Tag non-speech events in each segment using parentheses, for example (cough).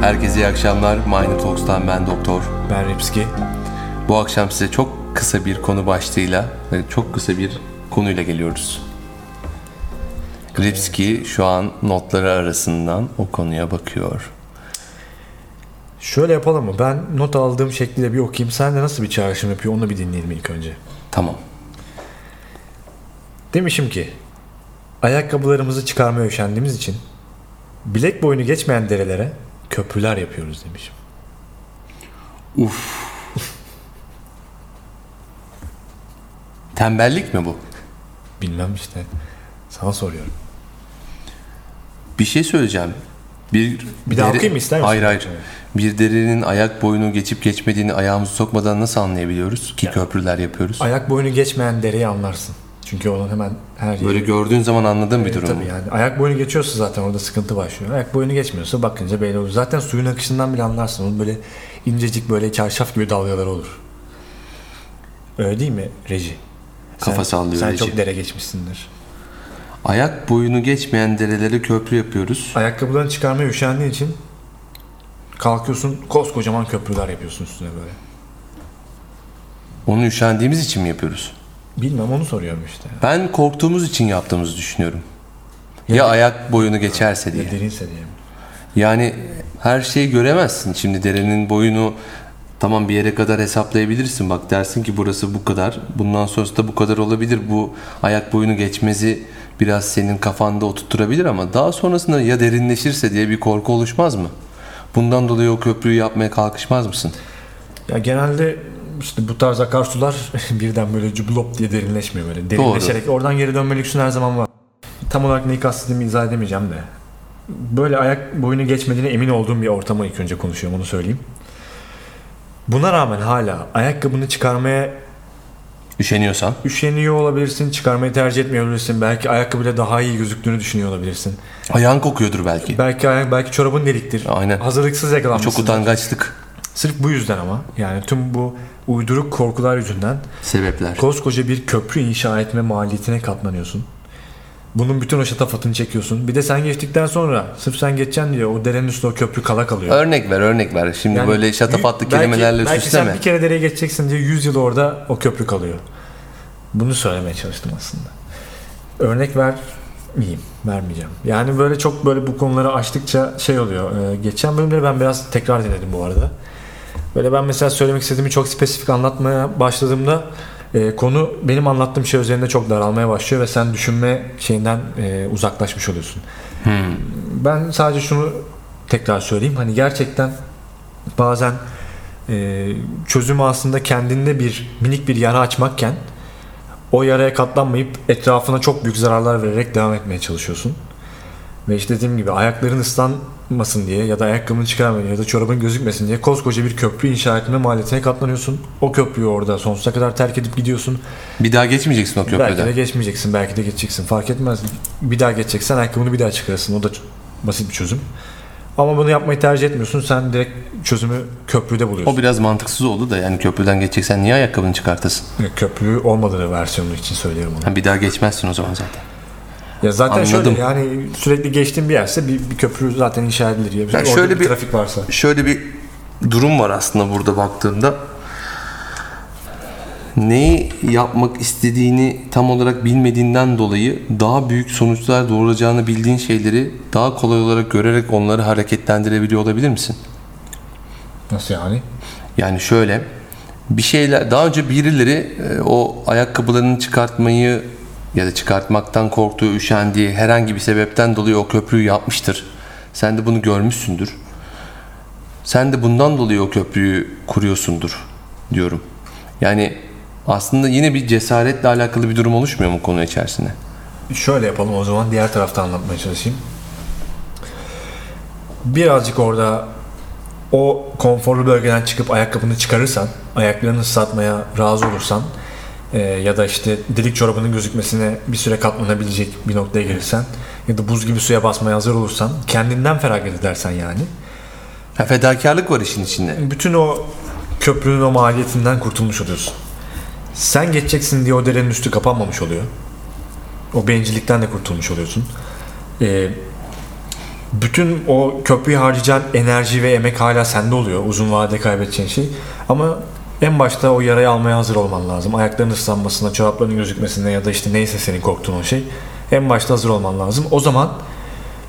Herkese iyi akşamlar. Minor Talks'tan ben Doktor. Ben Ripski. Bu akşam size çok kısa bir konu başlığıyla, yani çok kısa bir konuyla geliyoruz. Lipski şu an notları arasından o konuya bakıyor. Şöyle yapalım mı? Ben not aldığım şekliyle bir okuyayım. Sen de nasıl bir çağrışım yapıyor onu bir dinleyelim ilk önce. Tamam. Demişim ki ayakkabılarımızı çıkarmaya üşendiğimiz için bilek boyunu geçmeyen derelere köprüler yapıyoruz demişim. Uf. Tembellik mi bu? Bilmem işte. Sana soruyorum. Bir şey söyleyeceğim. Bir, Bir daha okuyayım mı? İster misin? Hayır hayır. Bir derinin ayak boyunu geçip geçmediğini ayağımızı sokmadan nasıl anlayabiliyoruz ki köprüler yapıyoruz? Ayak boyunu geçmeyen dereyi anlarsın. Çünkü onun hemen her yeri. Böyle gördüğün zaman anladığın bir Evet, durum. E, Tabii yani. Ayak boyunu geçiyorsa zaten orada sıkıntı başlıyor. Ayak boyunu geçmiyorsa bakınca belli olur. Zaten suyun akışından bile anlarsın. Onun böyle incecik böyle çarşaf gibi dalgaları olur. Öyle değil mi Reji? Kafa sen, sallıyor Sen Reji. çok dere geçmişsindir. Ayak boyunu geçmeyen derelere köprü yapıyoruz. Ayakkabılarını çıkarmaya üşendiğin için kalkıyorsun koskocaman köprüler yapıyorsun üstüne böyle. Onu üşendiğimiz için mi yapıyoruz? Bilmem onu soruyorum işte. Ben korktuğumuz için yaptığımızı düşünüyorum. Ya, Ya- ayak boyunu geçerse diye. Ya derinse diye mi? Yani her şeyi göremezsin. Şimdi derenin boyunu tamam bir yere kadar hesaplayabilirsin. Bak dersin ki burası bu kadar. Bundan sonrası da bu kadar olabilir. Bu ayak boyunu geçmezi biraz senin kafanda oturtturabilir ama daha sonrasında ya derinleşirse diye bir korku oluşmaz mı? Bundan dolayı o köprüyü yapmaya kalkışmaz mısın? Ya genelde işte bu tarz akarsular (laughs) birden böyle cublop diye derinleşmiyor böyle. Derinleşerek oradan geri dönme lüksün her zaman var. Tam olarak neyi kastettiğimi izah edemeyeceğim de. Böyle ayak boyunu geçmediğine emin olduğum bir ortama ilk önce konuşuyorum onu söyleyeyim. Buna rağmen hala ayakkabını çıkarmaya Üşeniyorsan. üşeniyor olabilirsin, çıkarmayı tercih etmiyor olabilirsin. Belki ayakkabıyla daha iyi gözüktüğünü düşünüyor olabilirsin. Ayağın kokuyordur belki. Belki ayak, belki çorabın deliktir. Aynen. Hazırlıksız yakalanmışsın. Çok utangaçlık Sırf bu yüzden ama. Yani tüm bu uyduruk korkular yüzünden sebepler. Koskoca bir köprü inşa etme maliyetine katlanıyorsun. Bunun bütün o şatafatını çekiyorsun. Bir de sen geçtikten sonra sırf sen geçeceksin diye o derenin üstü o köprü kala kalıyor. Örnek ver örnek ver. Şimdi Yani böyle şatafatlı yü- kelimelerle belki, belki sen süsleme. bir kere dereye geçeceksin diye 100 yıl orada o köprü kalıyor. Bunu söylemeye çalıştım aslında. Örnek vermeyeyim, vermeyeceğim. Yani böyle çok böyle bu konuları açtıkça şey oluyor. Ee, geçen bölümleri ben biraz tekrar dinledim bu arada. Böyle ben mesela söylemek istediğimi çok spesifik anlatmaya başladığımda e, konu benim anlattığım şey üzerinde çok daralmaya başlıyor ve sen düşünme şeyinden e, uzaklaşmış oluyorsun. Hmm. Ben sadece şunu tekrar söyleyeyim. Hani gerçekten bazen e, çözümü aslında kendinde bir minik bir yara açmakken o yaraya katlanmayıp etrafına çok büyük zararlar vererek devam etmeye çalışıyorsun. Ve işte dediğim gibi ayakların ıslanmasın diye ya da ayakkabını çıkarmayın ya da çorabın gözükmesin diye koskoca bir köprü inşa etme maliyetine katlanıyorsun. O köprüyü orada sonsuza kadar terk edip gidiyorsun. Bir daha geçmeyeceksin o köprüden. Belki de geçmeyeceksin, belki de geçeceksin. Fark etmez. Bir daha geçeceksen ayakkabını bir daha çıkarırsın. O da ç- basit bir çözüm. Ama bunu yapmayı tercih etmiyorsun. Sen direkt çözümü köprüde O buluyorsun. biraz mantıksız oldu da yani köprüden geçeceksen niye ayakkabını çıkartasın? Köprü olmadığı versiyonu için söylüyorum onu. Ha, bir daha geçmezsin o zaman zaten. Ya zaten Anladım. şöyle yani sürekli geçtiğin bir yerse bir, bir köprü zaten inşa edilir. Ya. Ya Orada şöyle bir, bir- trafik varsa. Şöyle bir durum var aslında burada baktığımda. Neyi yapmak istediğini tam olarak bilmediğinden dolayı daha büyük sonuçlar doğuracağını bildiğin şeyleri daha kolay olarak görerek onları hareketlendirebiliyor olabilir misin? Nasıl yani? Yani şöyle bir şeyler daha önce birileri e, o ayakkabılarını çıkartmayı ya da çıkartmaktan korktuğu, üşendiği herhangi bir sebepten dolayı o köprüyü yapmıştır. Sen de bunu görmüşsündür. Sen de bundan dolayı o köprüyü kuruyorsundur diyorum. Yani aslında yine bir cesaretle alakalı bir durum oluşmuyor mu konu içerisinde? Şöyle yapalım o zaman diğer tarafta anlatmaya çalışayım. Birazcık orada o konforlu bölgeden çıkıp ayakkabını çıkarırsan, ayaklarını ıslatmaya razı olursan e, ya da işte delik çorabının gözükmesine bir süre katlanabilecek bir noktaya gelirsen ya da buz gibi suya basmaya hazır olursan kendinden feragat edersen yani Ha, fedakarlık var işin içinde. bütün o köprünün o maliyetinden kurtulmuş oluyorsun. Sen geçeceksin diye o derenin üstü kapanmamış oluyor. O bencillikten de kurtulmuş oluyorsun. Ee, bütün o köprüyü harcayacağın enerji ve emek hala sende oluyor. Uzun vadede kaybedeceğin şey. Ama en başta o yarayı almaya hazır olman lazım. Ayakların ıslanmasına, çorapların gözükmesine ya da işte neyse senin korktuğun o şey. En başta hazır olman lazım. O zaman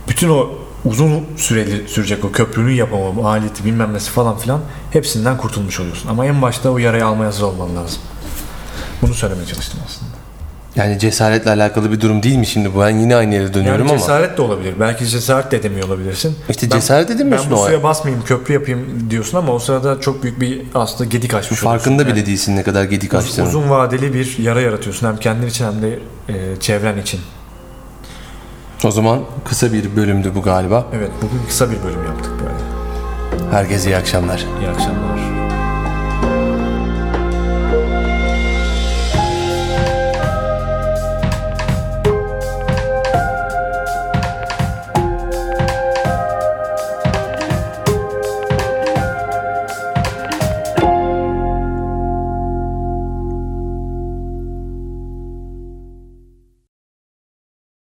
bütün o uzun süreli sürecek o köprünün yapımı, maliyeti bilmem nesi falan filan hepsinden kurtulmuş oluyorsun. Ama en başta o yarayı almaya hazır olman lazım. Bunu söylemeye çalıştım aslında. Yani cesaretle alakalı bir durum değil mi şimdi bu? Ben yine aynı yere Yani dönüyorum ama. cesaret de olabilir. Belki cesaret de edemiyor olabilirsin. İşte cesaret edemiyorsun ben bu o suya basmayayım köprü yapayım diyorsun ama o sırada çok büyük bir aslında gedik açmış Farkında oluyorsun. bile Yani değilsin ne kadar gedik uz- açtığını. Uzun vadeli bir yara yaratıyorsun hem kendin için hem de e, çevren için. O zaman kısa bir bölümdü bu galiba. Evet bugün kısa bir bölüm yaptık böyle. Herkese iyi akşamlar. İyi akşamlar.